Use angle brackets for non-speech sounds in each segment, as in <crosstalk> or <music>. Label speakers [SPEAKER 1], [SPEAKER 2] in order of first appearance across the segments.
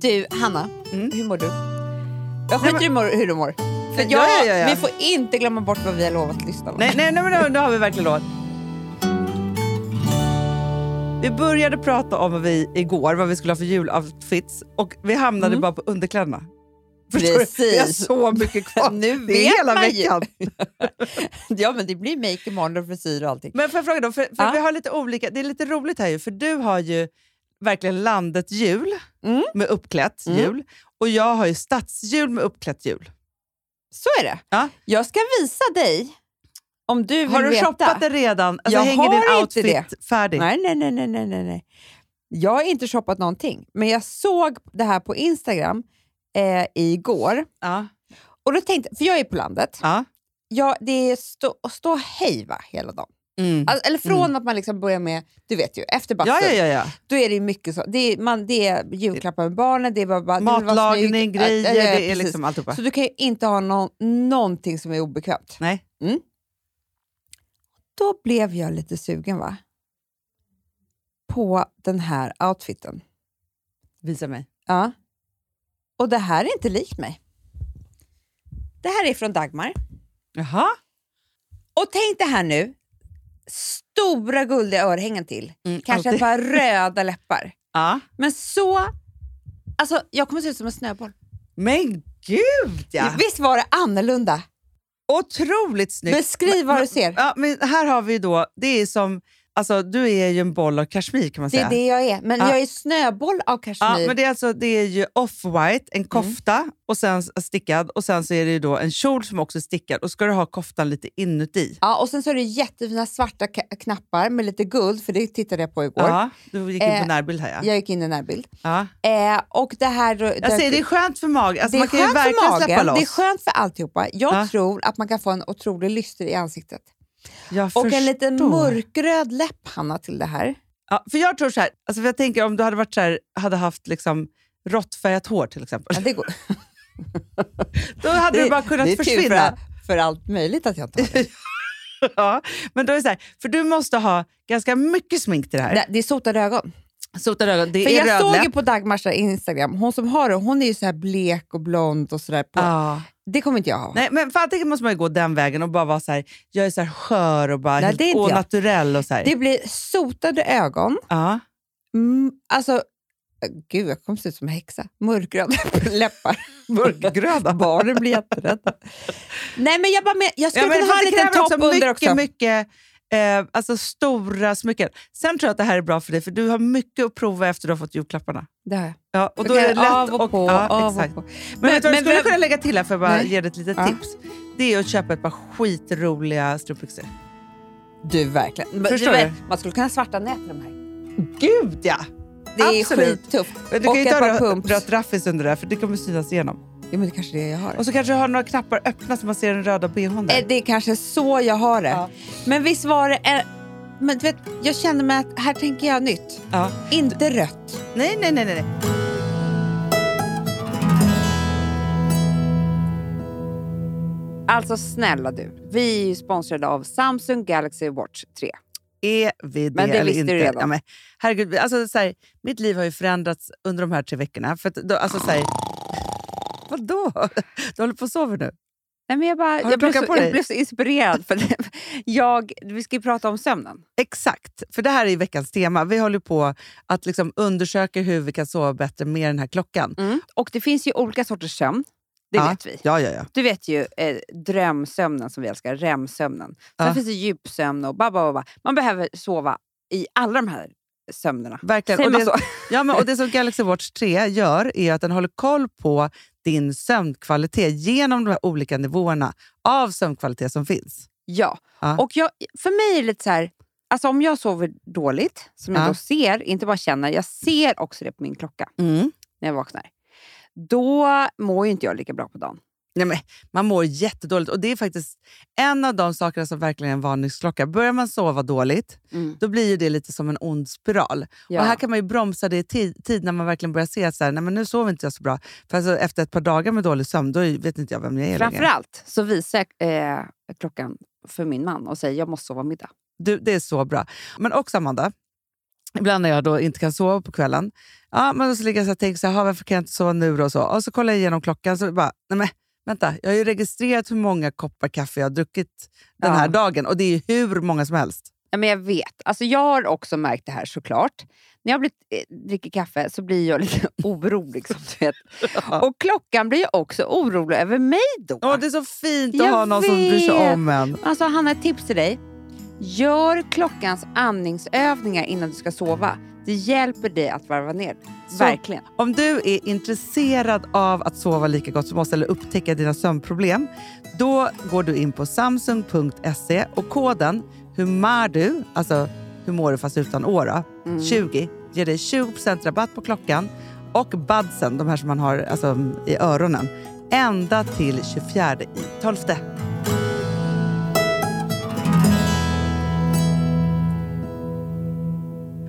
[SPEAKER 1] Du, Hanna, hur mår du? Jag
[SPEAKER 2] Mm. Nej,
[SPEAKER 1] skiter i mor- hur du mår. För jag,
[SPEAKER 2] Ja, ja, ja, ja.
[SPEAKER 1] Vi får inte glömma bort vad vi har lovat lyssnarna.
[SPEAKER 2] Nej, nej, nej men då, då har vi verkligen lovat. Vi började prata om vad vi igår, vad vi skulle ha för juloutfits och vi hamnade bara på underkläderna. <laughs> Förstår du? Vi har
[SPEAKER 1] Mm. Precis.
[SPEAKER 2] så mycket
[SPEAKER 1] <laughs>
[SPEAKER 2] kvar.
[SPEAKER 1] Nu
[SPEAKER 2] det är
[SPEAKER 1] vet
[SPEAKER 2] hela
[SPEAKER 1] man ju.
[SPEAKER 2] veckan.
[SPEAKER 1] <laughs> Ja, men det blir make imorgon och frisyr och allting.
[SPEAKER 2] Men får jag fråga då, för, för
[SPEAKER 1] Ja.
[SPEAKER 2] vi har lite olika, det är lite roligt här ju, för du har ju verkligen landet jul
[SPEAKER 1] Mm.
[SPEAKER 2] med uppklätt
[SPEAKER 1] Mm.
[SPEAKER 2] jul och jag har ju stadsjul med uppklätt jul.
[SPEAKER 1] Så är det.
[SPEAKER 2] Ja.
[SPEAKER 1] Jag ska visa dig om du vill
[SPEAKER 2] Har du
[SPEAKER 1] veta.
[SPEAKER 2] shoppat det redan? Alltså,
[SPEAKER 1] Jag
[SPEAKER 2] hänger
[SPEAKER 1] har
[SPEAKER 2] din
[SPEAKER 1] inte
[SPEAKER 2] outfit färdig?
[SPEAKER 1] Nej, nej, nej, nej, nej, nej, nej. Jag har inte shoppat någonting, men jag såg det här på Instagram eh, igår.
[SPEAKER 2] Ja.
[SPEAKER 1] Och då tänkte, för jag är på landet.
[SPEAKER 2] Ja.
[SPEAKER 1] Ja, det är stå, stå hej va, hela dagen.
[SPEAKER 2] Mm.
[SPEAKER 1] Alltså, eller från att man liksom börjar med, du vet ju, efter bastun.
[SPEAKER 2] ja, ja, ja, ja.
[SPEAKER 1] Då är det ju mycket så. Det är, man, det är julklappar med barnen, det är bara, bara du vill vara snygg.
[SPEAKER 2] Matlagning,
[SPEAKER 1] Ja, ja,
[SPEAKER 2] grejer,
[SPEAKER 1] ja,
[SPEAKER 2] det är
[SPEAKER 1] precis.
[SPEAKER 2] liksom alltihopa.
[SPEAKER 1] Så du kan ju inte ha någon, någonting som är obekvämt.
[SPEAKER 2] Nej.
[SPEAKER 1] Då blev jag lite sugen va? På den här outfiten.
[SPEAKER 2] Visa mig.
[SPEAKER 1] Ja. Och det här är inte likt mig. Det här är från Dagmar.
[SPEAKER 2] Jaha.
[SPEAKER 1] Och tänk det här nu. Stora guldiga örhängen till.
[SPEAKER 2] Mm,
[SPEAKER 1] Kanske ett
[SPEAKER 2] alltid.
[SPEAKER 1] par röda läppar.
[SPEAKER 2] Ja.
[SPEAKER 1] Men så... Alltså, jag kommer se ut som en snöboll.
[SPEAKER 2] Men gud ja!
[SPEAKER 1] Visst var det annorlunda?
[SPEAKER 2] Otroligt snyggt.
[SPEAKER 1] Beskriv vad du ser.
[SPEAKER 2] Ja, men här har vi ju då, det är som, alltså du är ju en boll av kashmir kan man
[SPEAKER 1] Det
[SPEAKER 2] säga.
[SPEAKER 1] är det jag är. Men
[SPEAKER 2] Ja.
[SPEAKER 1] jag är snöboll av
[SPEAKER 2] Ja,
[SPEAKER 1] kashmir. Mm.
[SPEAKER 2] men det, är alltså, det är ju off-white, en kofta och sen s- stickad och sen så är det ju då en kjol som också är stickad och ska du ha koftan lite inuti.
[SPEAKER 1] Ja, och sen så är det jättefina svarta ka- knappar med lite guld, för det tittade jag på igår.
[SPEAKER 2] Ja, du gick in på
[SPEAKER 1] Eh,
[SPEAKER 2] närbild här ja.
[SPEAKER 1] Jag gick in i närbild.
[SPEAKER 2] ja.
[SPEAKER 1] Eh, och det här...
[SPEAKER 2] Jag säger det är skönt för magen, alltså,
[SPEAKER 1] det är
[SPEAKER 2] man kan ju
[SPEAKER 1] skönt för
[SPEAKER 2] verkligen släppa
[SPEAKER 1] magen,
[SPEAKER 2] loss.
[SPEAKER 1] det är skönt för alltihopa. Jag
[SPEAKER 2] Ja.
[SPEAKER 1] tror att man kan få en otrolig lyster i ansiktet.
[SPEAKER 2] Jag
[SPEAKER 1] Och en liten
[SPEAKER 2] förstår.
[SPEAKER 1] mörkröd läpp, Hanna, till det här.
[SPEAKER 2] Ja, för jag tror så här, alltså, för jag tänker om du hade varit så här, hade haft liksom råttfärgat hår till exempel.
[SPEAKER 1] Ja, det
[SPEAKER 2] <laughs>
[SPEAKER 1] går.
[SPEAKER 2] Då hade du bara kunnat
[SPEAKER 1] det är tur
[SPEAKER 2] försvinna.
[SPEAKER 1] För, för allt möjligt att jag inte har det.
[SPEAKER 2] Ja, men då är det så här, för du måste ha ganska mycket smink till det här. <laughs>
[SPEAKER 1] det. Det är sotade ögon.
[SPEAKER 2] Sotade ögon, det
[SPEAKER 1] För
[SPEAKER 2] är
[SPEAKER 1] jag
[SPEAKER 2] röd
[SPEAKER 1] såg
[SPEAKER 2] läpp.
[SPEAKER 1] ju på Dagmars där Instagram, hon som har det, hon är ju så här blek och blond och sådär. på.
[SPEAKER 2] Ja.
[SPEAKER 1] Det kommer inte jag ha.
[SPEAKER 2] Nej, men för antingen måste man ju gå den vägen och bara vara så här, jag är så här skör och bara
[SPEAKER 1] Nej,
[SPEAKER 2] helt
[SPEAKER 1] det är inte jag.
[SPEAKER 2] onaturell och så här.
[SPEAKER 1] Det blir sotade ögon,
[SPEAKER 2] Ja.
[SPEAKER 1] mm, alltså, gud jag kommer se ut som en häxa. Mörkröda <laughs> läppar.
[SPEAKER 2] Mörkgröna.
[SPEAKER 1] Barnen blir jätterädda. Nej men jag bara med, jag skulle
[SPEAKER 2] Ja, men
[SPEAKER 1] kunna ha en
[SPEAKER 2] det
[SPEAKER 1] liten
[SPEAKER 2] kräver
[SPEAKER 1] topp
[SPEAKER 2] också
[SPEAKER 1] under
[SPEAKER 2] mycket,
[SPEAKER 1] också.
[SPEAKER 2] mycket eh, alltså stora smycken. Sen tror jag att det här är bra för dig, för du har mycket att prova efter du har fått julklapparna.
[SPEAKER 1] Det här.
[SPEAKER 2] Ja, och
[SPEAKER 1] Jag
[SPEAKER 2] då
[SPEAKER 1] kan
[SPEAKER 2] är det lätt
[SPEAKER 1] av och
[SPEAKER 2] och-
[SPEAKER 1] på,
[SPEAKER 2] ja,
[SPEAKER 1] av och
[SPEAKER 2] exakt.
[SPEAKER 1] på.
[SPEAKER 2] Men,
[SPEAKER 1] Men-
[SPEAKER 2] vet du
[SPEAKER 1] men
[SPEAKER 2] vad jag skulle
[SPEAKER 1] vem-
[SPEAKER 2] kunna lägga till här för att bara
[SPEAKER 1] Nej.
[SPEAKER 2] ge dig ett litet
[SPEAKER 1] Ja.
[SPEAKER 2] tips? Det är att köpa ett par skitroliga strumpbyxor.
[SPEAKER 1] Du verkligen. Men
[SPEAKER 2] Förstår
[SPEAKER 1] du?
[SPEAKER 2] du?
[SPEAKER 1] vet, Man skulle kunna svarta nät i de här.
[SPEAKER 2] Gud ja!
[SPEAKER 1] Det är
[SPEAKER 2] Absolut.
[SPEAKER 1] skittufft.
[SPEAKER 2] Men du
[SPEAKER 1] och
[SPEAKER 2] kan ju
[SPEAKER 1] ett
[SPEAKER 2] inte
[SPEAKER 1] par
[SPEAKER 2] ha
[SPEAKER 1] pumps.
[SPEAKER 2] rött raffis under det här för det kommer synas igenom.
[SPEAKER 1] Ja, men det kanske är det jag har.
[SPEAKER 2] Och så kanske du har några knappar öppna så man ser den röda bhn där.
[SPEAKER 1] Eh, Det är kanske så jag har det.
[SPEAKER 2] Ja.
[SPEAKER 1] Men visst var det... eh, Men du vet, jag kände mig att här tänker jag nytt.
[SPEAKER 2] Ja.
[SPEAKER 1] Inte rött.
[SPEAKER 2] Nej, nej, nej, nej. nej.
[SPEAKER 1] Alltså snälla du, vi är ju sponsrade av Samsung Galaxy Watch 3.
[SPEAKER 2] Är vi det,
[SPEAKER 1] Men det
[SPEAKER 2] eller
[SPEAKER 1] visste
[SPEAKER 2] inte?
[SPEAKER 1] du redan.
[SPEAKER 2] Ja, men, herregud, alltså, så här, mitt liv har ju förändrats under de här tre veckorna. För att, då, alltså, så här, <laughs> vadå? Du håller på och sover nu?
[SPEAKER 1] Nej, men jag, bara,
[SPEAKER 2] du
[SPEAKER 1] jag, blev
[SPEAKER 2] plockat
[SPEAKER 1] så,
[SPEAKER 2] på
[SPEAKER 1] jag
[SPEAKER 2] dig?
[SPEAKER 1] blev så inspirerad. För det- jag, vi ska ju prata om sömnen.
[SPEAKER 2] Exakt, för det här är veckans tema. Vi håller på att liksom undersöka hur vi kan sova bättre med den här klockan.
[SPEAKER 1] Och det finns ju olika sorters sömn. Det
[SPEAKER 2] ja.
[SPEAKER 1] vet vi.
[SPEAKER 2] Ja, ja, ja.
[SPEAKER 1] Du vet ju eh, drömsömnen som vi älskar, REM-sömnen. Sen
[SPEAKER 2] Ja.
[SPEAKER 1] finns det djupsömn och bababa. Man behöver sova i alla de här sömnerna.
[SPEAKER 2] Verkligen.
[SPEAKER 1] Säger
[SPEAKER 2] Och
[SPEAKER 1] man
[SPEAKER 2] det-
[SPEAKER 1] så?
[SPEAKER 2] Ja, men, och det som Galaxy Watch 3 gör är att den håller koll på din sömnkvalitet genom de här olika nivåerna av sömnkvalitet som finns.
[SPEAKER 1] Ja.
[SPEAKER 2] Ja.
[SPEAKER 1] Och jag, för mig är det lite så här, alltså om jag sover dåligt, som jag
[SPEAKER 2] Ja.
[SPEAKER 1] då ser, inte bara känner, jag ser också det på min klocka
[SPEAKER 2] Mm.
[SPEAKER 1] när jag vaknar. Då mår ju inte jag lika bra på dagen.
[SPEAKER 2] Nej, men, man mår jättedåligt och det är faktiskt en av de sakerna som verkligen är en varningsklocka. Börjar man sova dåligt, då blir ju det lite som en ond spiral.
[SPEAKER 1] Ja.
[SPEAKER 2] Och här kan man ju bromsa det i tid, tid när man verkligen börjar se att så här, Nej, men nu sover inte jag så bra. För alltså, efter ett par dagar med dålig sömn, då är- vet inte jag vem jag är längre.
[SPEAKER 1] Framförallt så visar jag eh, klockan för min man och säger jag måste sova middag.
[SPEAKER 2] Du, det är så bra. Men också Amanda, ibland när jag då inte kan sova på kvällen, ja, men så ligger jag så här och tänker så här, "Ha, varför kan jag inte sova nu då? Och, så. och så kollar jag igenom klockan så bara, nej men vänta, jag har ju registrerat hur många koppar kaffe jag har druckit den
[SPEAKER 1] Ja.
[SPEAKER 2] här dagen och det är ju hur många som helst.
[SPEAKER 1] Ja, men jag vet. Alltså, jag har också märkt det här såklart. När jag blir, eh, dricker kaffe så blir jag <laughs> lite orolig. som du
[SPEAKER 2] <laughs>
[SPEAKER 1] vet. Och klockan blir ju också orolig över mig då.
[SPEAKER 2] Åh, det är så fint att
[SPEAKER 1] Jag
[SPEAKER 2] ha någon som bryr sig
[SPEAKER 1] vet.
[SPEAKER 2] om en.
[SPEAKER 1] Alltså Hanna, ett tips till dig. Gör klockans andningsövningar innan du ska sova. Det hjälper dig att varva ner.
[SPEAKER 2] Så-
[SPEAKER 1] Verkligen.
[SPEAKER 2] Om du är intresserad av att sova lika gott som oss eller upptäcka dina sömnproblem, då går du in på samsung.se och koden HUMARDU, alltså hur mår du fast utan åra,
[SPEAKER 1] Mm.
[SPEAKER 2] 20 ger dig 20% rabatt på klockan och budsen, de här som man har alltså, i öronen, ända till 24 i 12.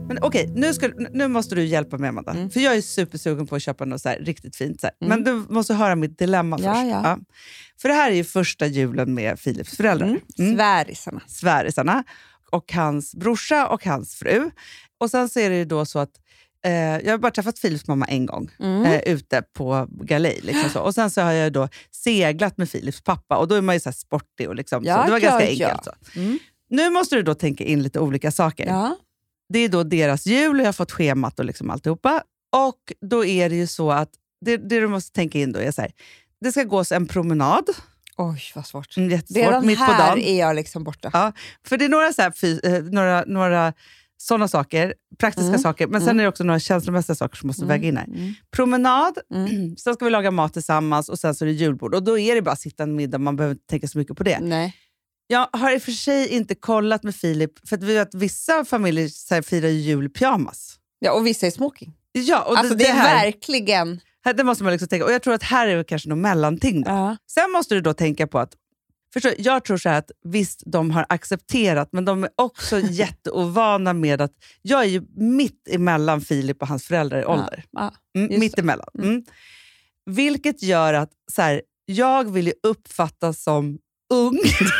[SPEAKER 2] Men okej, nu, ska, nu måste du hjälpa mig Amanda.
[SPEAKER 1] Mm.
[SPEAKER 2] För jag är supersugen på att köpa något så här riktigt fint. Så här.
[SPEAKER 1] Mm.
[SPEAKER 2] Men du måste höra mitt dilemma
[SPEAKER 1] Ja,
[SPEAKER 2] först.
[SPEAKER 1] ja.
[SPEAKER 2] För det här är ju första julen med Philips föräldrar.
[SPEAKER 1] Mm.
[SPEAKER 2] Mm
[SPEAKER 1] Svärisarna.
[SPEAKER 2] svärisarna och hans brorsa och hans fru. Och sen så är det ju då så att eh, jag har bara träffat Philips mamma en gång
[SPEAKER 1] Mm.
[SPEAKER 2] eh, ute på galej. Liksom så. Och sen så har jag då seglat med Philips pappa och då är man ju så här sportig. Och liksom
[SPEAKER 1] Ja,
[SPEAKER 2] så. Det var ganska
[SPEAKER 1] klart, ja.
[SPEAKER 2] enkelt. Så.
[SPEAKER 1] Mm.
[SPEAKER 2] Nu måste du då tänka in lite olika saker.
[SPEAKER 1] Ja.
[SPEAKER 2] Det är då deras jul och jag har fått schemat och liksom alltihopa. Och då är det ju så att det, det du måste tänka in då är så här. Det ska gås en promenad,
[SPEAKER 1] Oj, vad svårt.
[SPEAKER 2] jättesvårt,
[SPEAKER 1] Redan
[SPEAKER 2] Mm. mitt på
[SPEAKER 1] här
[SPEAKER 2] dagen.
[SPEAKER 1] är jag liksom borta.
[SPEAKER 2] Ja, För det är några, så här, fy, eh, några, några sådana saker, praktiska
[SPEAKER 1] Mm.
[SPEAKER 2] saker, men sen
[SPEAKER 1] Mm.
[SPEAKER 2] är det också några känslomässiga saker som måste
[SPEAKER 1] Mm.
[SPEAKER 2] väga in här.
[SPEAKER 1] Mm.
[SPEAKER 2] Promenad,
[SPEAKER 1] Mm.
[SPEAKER 2] <clears throat> sen ska vi laga mat tillsammans och sen så är det julbord. Och då är det bara att sitta en middag, man behöver inte tänka så mycket på det.
[SPEAKER 1] Nej.
[SPEAKER 2] Jag har i och för sig inte kollat med Filip, för att vi vet att vissa familjer så här, firar ju jul i pyjamas.
[SPEAKER 1] Ja, och vissa är smoking.
[SPEAKER 2] Ja, och
[SPEAKER 1] Alltså det,
[SPEAKER 2] det, det,
[SPEAKER 1] är
[SPEAKER 2] här,
[SPEAKER 1] verkligen...
[SPEAKER 2] här, det måste man liksom tänka. Och jag tror att här är det kanske något mellanting. Då.
[SPEAKER 1] Ja.
[SPEAKER 2] Sen måste du då tänka på att, förstår, du, jag tror så här att visst, de har accepterat, men de är
[SPEAKER 1] <laughs>
[SPEAKER 2] också jätteovana med att jag är ju mitt emellan Filip och hans föräldrar i ålder.
[SPEAKER 1] Ja.
[SPEAKER 2] Mm,
[SPEAKER 1] just
[SPEAKER 2] mitt
[SPEAKER 1] det.
[SPEAKER 2] emellan. Mm. Vilket gör att så här, jag vill ju uppfattas som ung. <laughs>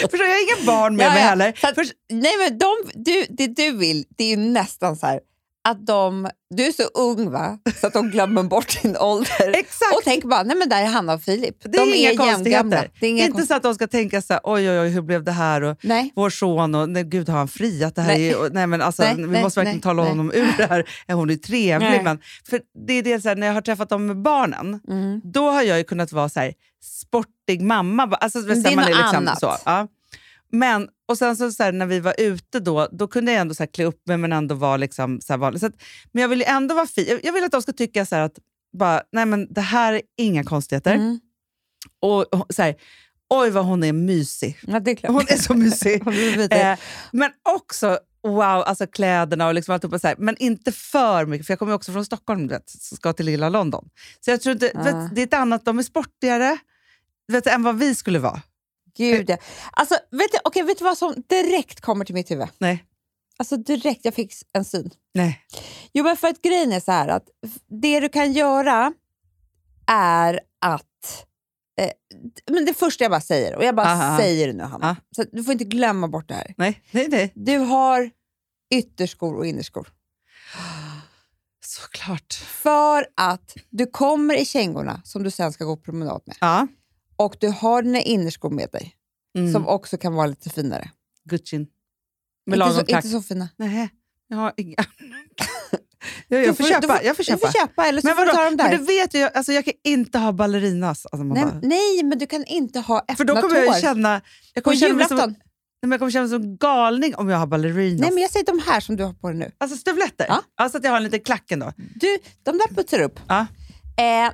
[SPEAKER 2] förstår, du, jag har inga barn med
[SPEAKER 1] Ja,
[SPEAKER 2] mig
[SPEAKER 1] ja.
[SPEAKER 2] heller.
[SPEAKER 1] Så att-
[SPEAKER 2] Först,
[SPEAKER 1] Nej, men de, du, det du vill, det är ju nästan så här att de... Du är så ung va, så att de glömmer bort din ålder.
[SPEAKER 2] exakt!
[SPEAKER 1] Och tänker bara, nej men där är Hanna och Filip.
[SPEAKER 2] det är
[SPEAKER 1] de
[SPEAKER 2] inga
[SPEAKER 1] är jämngamla.
[SPEAKER 2] konstigheter.
[SPEAKER 1] Det är inga
[SPEAKER 2] inte
[SPEAKER 1] konst...
[SPEAKER 2] så att de ska tänka så här, oj, oj, oj, hur blev det här? Och,
[SPEAKER 1] Nej.
[SPEAKER 2] vår son och nej, gud har han friat det här?
[SPEAKER 1] Nej.
[SPEAKER 2] Nej, är, och, nej men alltså
[SPEAKER 1] Nej,
[SPEAKER 2] vi
[SPEAKER 1] nej,
[SPEAKER 2] måste verkligen
[SPEAKER 1] nej,
[SPEAKER 2] tala
[SPEAKER 1] nej.
[SPEAKER 2] honom ur det här. Eh, Hon är trevlig
[SPEAKER 1] Nej.
[SPEAKER 2] men för det är det så här, när jag har träffat dem med barnen,
[SPEAKER 1] Mm.
[SPEAKER 2] då har jag ju kunnat vara så här sportig mamma. Bara, Alltså,
[SPEAKER 1] Men det är
[SPEAKER 2] man
[SPEAKER 1] något
[SPEAKER 2] liksom
[SPEAKER 1] annat.
[SPEAKER 2] Så, ja. Men, och sen så, så här, när vi var ute då, då kunde jag ändå så här, klä upp mig men ändå vara liksom, så här, vanlig. Så att, men jag vill ju ändå vara fin. Jag vill att de ska tycka så här att bara, nej men det här är inga konstigheter.
[SPEAKER 1] Mm.
[SPEAKER 2] Och, och så här, oj vad hon är mysig.
[SPEAKER 1] Ja, det är klart.
[SPEAKER 2] Hon är så mysig.
[SPEAKER 1] <laughs> Hon blir lite-
[SPEAKER 2] Eh, men också, wow, alltså kläderna och liksom alltihopa. Så här. Men inte för mycket, för jag kommer ju också från Stockholm, du vet, så ska till lilla London. Så jag tror inte, du
[SPEAKER 1] Ah.
[SPEAKER 2] vet, det är ett annat, de är sportigare du vet, än vad vi skulle vara.
[SPEAKER 1] Gud, ja. Alltså, vet du, okej, vet du vad som direkt kommer till mitt huvud?
[SPEAKER 2] Nej.
[SPEAKER 1] Alltså direkt, jag fick en syn.
[SPEAKER 2] Nej.
[SPEAKER 1] Jo, men för att grejen är så här att f- det du kan göra är att... Eh, d- men det första jag bara säger, och jag bara
[SPEAKER 2] Aha.
[SPEAKER 1] säger det nu Hanna,
[SPEAKER 2] Ja.
[SPEAKER 1] så att du får inte glömma bort det här.
[SPEAKER 2] Nej, nej, nej.
[SPEAKER 1] Du har ytterskor och innerskor.
[SPEAKER 2] Såklart.
[SPEAKER 1] För att du kommer i kängorna som du sen ska gå promenad med.
[SPEAKER 2] Ja.
[SPEAKER 1] Och du har dina innerskor med dig,
[SPEAKER 2] Mm.
[SPEAKER 1] som också kan vara lite finare.
[SPEAKER 2] Gucci. Med
[SPEAKER 1] Inte
[SPEAKER 2] lagom
[SPEAKER 1] så,
[SPEAKER 2] klack.
[SPEAKER 1] inte så fina.
[SPEAKER 2] Nej, jag har
[SPEAKER 1] <laughs>
[SPEAKER 2] inga. jag, jag,
[SPEAKER 1] Du
[SPEAKER 2] får
[SPEAKER 1] får- du
[SPEAKER 2] köpa,
[SPEAKER 1] får-
[SPEAKER 2] jag
[SPEAKER 1] Du
[SPEAKER 2] får köpa.
[SPEAKER 1] får köpa, eller så
[SPEAKER 2] Men
[SPEAKER 1] får du
[SPEAKER 2] vadå?
[SPEAKER 1] ta dem
[SPEAKER 2] Men
[SPEAKER 1] där.
[SPEAKER 2] du vet ju, jag- alltså, jag kan inte ha ballerinas. Alltså, man
[SPEAKER 1] nej,
[SPEAKER 2] bara,
[SPEAKER 1] nej, men du kan inte ha öppna
[SPEAKER 2] för då kommer jag
[SPEAKER 1] tår.
[SPEAKER 2] ju känna... Jag
[SPEAKER 1] På
[SPEAKER 2] kommer känna mig som,
[SPEAKER 1] julafton.
[SPEAKER 2] Nej, men jag kommer känna mig som en galning om jag har ballerinas.
[SPEAKER 1] Nej, men jag säger de här som du har på dig nu.
[SPEAKER 2] Alltså stövletter?
[SPEAKER 1] Ja.
[SPEAKER 2] Alltså att jag har en liten klack ändå?
[SPEAKER 1] Du, de där putsar upp.
[SPEAKER 2] Ja.
[SPEAKER 1] Eh,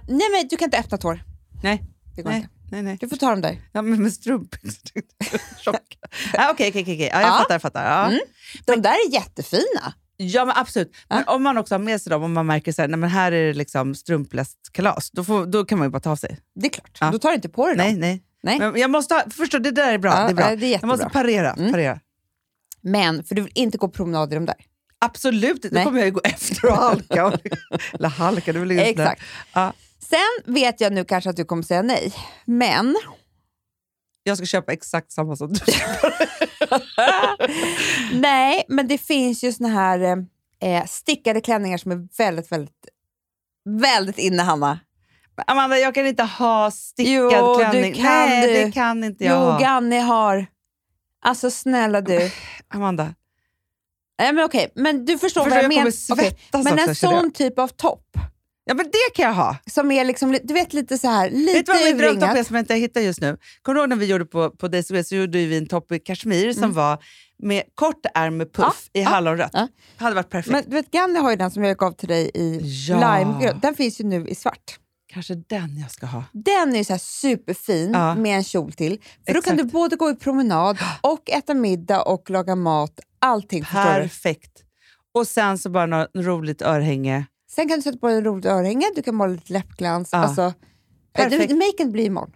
[SPEAKER 1] nej, men du kan inte öppna tår.
[SPEAKER 2] Nej.
[SPEAKER 1] Det går
[SPEAKER 2] Nej,
[SPEAKER 1] inte.
[SPEAKER 2] nej, nej.
[SPEAKER 1] Du får ta dem där.
[SPEAKER 2] Ja, men med strumpbyxor. <laughs> Tjock. Ja, Okej, okej, okej. okej. Ja, jag
[SPEAKER 1] Ja.
[SPEAKER 2] fattar. Jag fattar. Ja.
[SPEAKER 1] Mm. De där är jättefina.
[SPEAKER 2] ja, men absolut. Men om man också har med sig dem och man märker så här, nej, men här är det liksom strumpläst kalas, då, får, då kan man ju bara ta av sig.
[SPEAKER 1] Det är klart.
[SPEAKER 2] Ja.
[SPEAKER 1] Då tar du inte på dig
[SPEAKER 2] Nej,
[SPEAKER 1] dem.
[SPEAKER 2] nej.
[SPEAKER 1] Nej.
[SPEAKER 2] Men jag måste ha, förstå, det där är bra.
[SPEAKER 1] Ja,
[SPEAKER 2] det är bra.
[SPEAKER 1] eh, det är
[SPEAKER 2] jag måste
[SPEAKER 1] jättebra.
[SPEAKER 2] parera.
[SPEAKER 1] Mm.
[SPEAKER 2] parera.
[SPEAKER 1] Men, för du vill inte gå promenad i de där.
[SPEAKER 2] Absolut, då
[SPEAKER 1] Nej.
[SPEAKER 2] kommer jag ju gå <laughs> efter och halka. och- Eller halka, det är väl just
[SPEAKER 1] Exakt.
[SPEAKER 2] Ja.
[SPEAKER 1] Sen vet jag nu kanske att du kommer säga nej, men
[SPEAKER 2] Jag ska köpa exakt samma som du.
[SPEAKER 1] Nej, men det finns ju såna här eh, stickade klänningar som är väldigt, väldigt, väldigt inne, Hanna.
[SPEAKER 2] Amanda, jag kan inte ha stickad
[SPEAKER 1] Jo, du
[SPEAKER 2] klänning.
[SPEAKER 1] kan
[SPEAKER 2] Nej,
[SPEAKER 1] du.
[SPEAKER 2] det kan inte jag
[SPEAKER 1] Jo,
[SPEAKER 2] ha.
[SPEAKER 1] Ganni har... Alltså snälla du.
[SPEAKER 2] Amanda,
[SPEAKER 1] Nej, men okej, men du förstår
[SPEAKER 2] förstår
[SPEAKER 1] vad jag,
[SPEAKER 2] jag kommer
[SPEAKER 1] menar. Okej,
[SPEAKER 2] svettas
[SPEAKER 1] Men
[SPEAKER 2] också.
[SPEAKER 1] en
[SPEAKER 2] känner jag.
[SPEAKER 1] sån typ av topp
[SPEAKER 2] Ja, men det kan jag ha.
[SPEAKER 1] som är liksom, li- du vet lite så här, lite
[SPEAKER 2] Vet du vad min drömtopp är
[SPEAKER 1] urringat.
[SPEAKER 2] som jag inte hittar just nu? Kommer du ihåg när vi gjorde på, på Days Away så gjorde vi en topp i kashmir som
[SPEAKER 1] Mm.
[SPEAKER 2] var med kort ärm med puff i
[SPEAKER 1] ja,
[SPEAKER 2] hallonrött.
[SPEAKER 1] ja.
[SPEAKER 2] Hade varit perfekt.
[SPEAKER 1] Men du vet, Ganni har ju den som jag gav till dig i
[SPEAKER 2] ja,
[SPEAKER 1] limegrön. Den finns ju nu i svart.
[SPEAKER 2] kanske den jag ska ha.
[SPEAKER 1] Den är ju så här superfin
[SPEAKER 2] Ja.
[SPEAKER 1] med en kjol till. För då kan du
[SPEAKER 2] Exakt.
[SPEAKER 1] både gå i
[SPEAKER 2] <gasps>
[SPEAKER 1] promenad och äta middag och laga mat. Allting. Förstår du?
[SPEAKER 2] Perfekt. Och sen så bara något
[SPEAKER 1] <laughs>
[SPEAKER 2] roligt örhänge.
[SPEAKER 1] Sen kan du sätta på en roligt örhänge, du kan måla lite läppglans.
[SPEAKER 2] Ja.
[SPEAKER 1] Alltså,
[SPEAKER 2] Perfekt.
[SPEAKER 1] du, maken blir imorgon.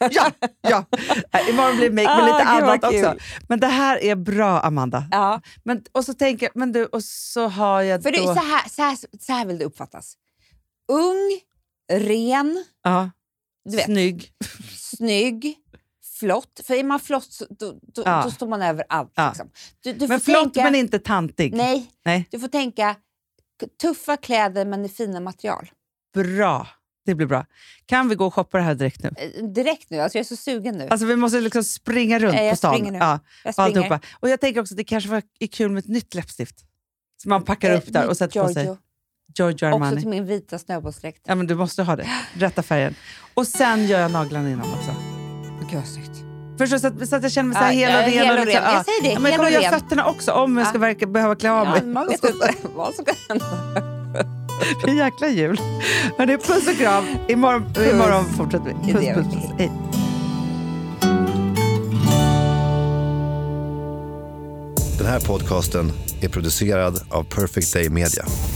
[SPEAKER 2] Ja, ja. Äh, Imorgon blir make med
[SPEAKER 1] Ah,
[SPEAKER 2] lite
[SPEAKER 1] gud, vad
[SPEAKER 2] annat
[SPEAKER 1] kul.
[SPEAKER 2] också. Men det här är bra, Amanda.
[SPEAKER 1] Ja.
[SPEAKER 2] Men, och så tänker jag, men du, och så har jag
[SPEAKER 1] För det,
[SPEAKER 2] då...
[SPEAKER 1] är så, här, så, här, så här vill det uppfattas. Ung, ren,
[SPEAKER 2] ja,
[SPEAKER 1] du vet,
[SPEAKER 2] snygg.
[SPEAKER 1] snygg, flott. För är man flott så, då, då,
[SPEAKER 2] Ja.
[SPEAKER 1] då står man över allt.
[SPEAKER 2] Ja.
[SPEAKER 1] Liksom. Du, du
[SPEAKER 2] Men
[SPEAKER 1] får
[SPEAKER 2] flott
[SPEAKER 1] tänka,
[SPEAKER 2] men inte tantig.
[SPEAKER 1] Nej,
[SPEAKER 2] Nej.
[SPEAKER 1] du får tänka k- tuffa kläder men i fina material.
[SPEAKER 2] Bra. Det blir bra. Kan vi gå och shoppa det här direkt nu?
[SPEAKER 1] Eh, Direkt nu, alltså jag är så sugen nu.
[SPEAKER 2] Alltså vi måste liksom springa runt
[SPEAKER 1] Eh, jag
[SPEAKER 2] på stan.
[SPEAKER 1] springer nu.
[SPEAKER 2] Ja,
[SPEAKER 1] jag springer.
[SPEAKER 2] och alltihopa. Och jag tänker också att det kanske var- är kul med ett nytt läppstift. Som man packar upp där
[SPEAKER 1] Eh,
[SPEAKER 2] och sätter på sig.
[SPEAKER 1] Giorgio.
[SPEAKER 2] Giorgio
[SPEAKER 1] Också
[SPEAKER 2] Armani.
[SPEAKER 1] till min vita snöbollsdräkt.
[SPEAKER 2] Ja, men du måste ha det. Rätta färgen. Och sen gör jag naglarna innan också.
[SPEAKER 1] Gud vad snyggt.
[SPEAKER 2] Förstår du? Så att, så att jag känner mig så här
[SPEAKER 1] Ja,
[SPEAKER 2] hel och
[SPEAKER 1] ja,
[SPEAKER 2] ren.
[SPEAKER 1] hel och
[SPEAKER 2] liksom,
[SPEAKER 1] ren. Jag
[SPEAKER 2] ja.
[SPEAKER 1] säger det,
[SPEAKER 2] Ja, men jag
[SPEAKER 1] hel
[SPEAKER 2] kommer
[SPEAKER 1] och
[SPEAKER 2] göra
[SPEAKER 1] ren.
[SPEAKER 2] fötterna också om jag ska
[SPEAKER 1] Ja.
[SPEAKER 2] verka, behöva klä av
[SPEAKER 1] Ja,
[SPEAKER 2] mig.
[SPEAKER 1] man vet inte <laughs> vad som kan hända.
[SPEAKER 2] <laughs> Det är jäkla jul. Hörrni, puss och kram. Imorgon, imorgon fortsätter vi.
[SPEAKER 1] Det
[SPEAKER 2] Puss,
[SPEAKER 1] gör
[SPEAKER 2] puss,
[SPEAKER 1] vi.
[SPEAKER 2] puss. Hej.
[SPEAKER 3] Den här podcasten är producerad av Perfect Day Media.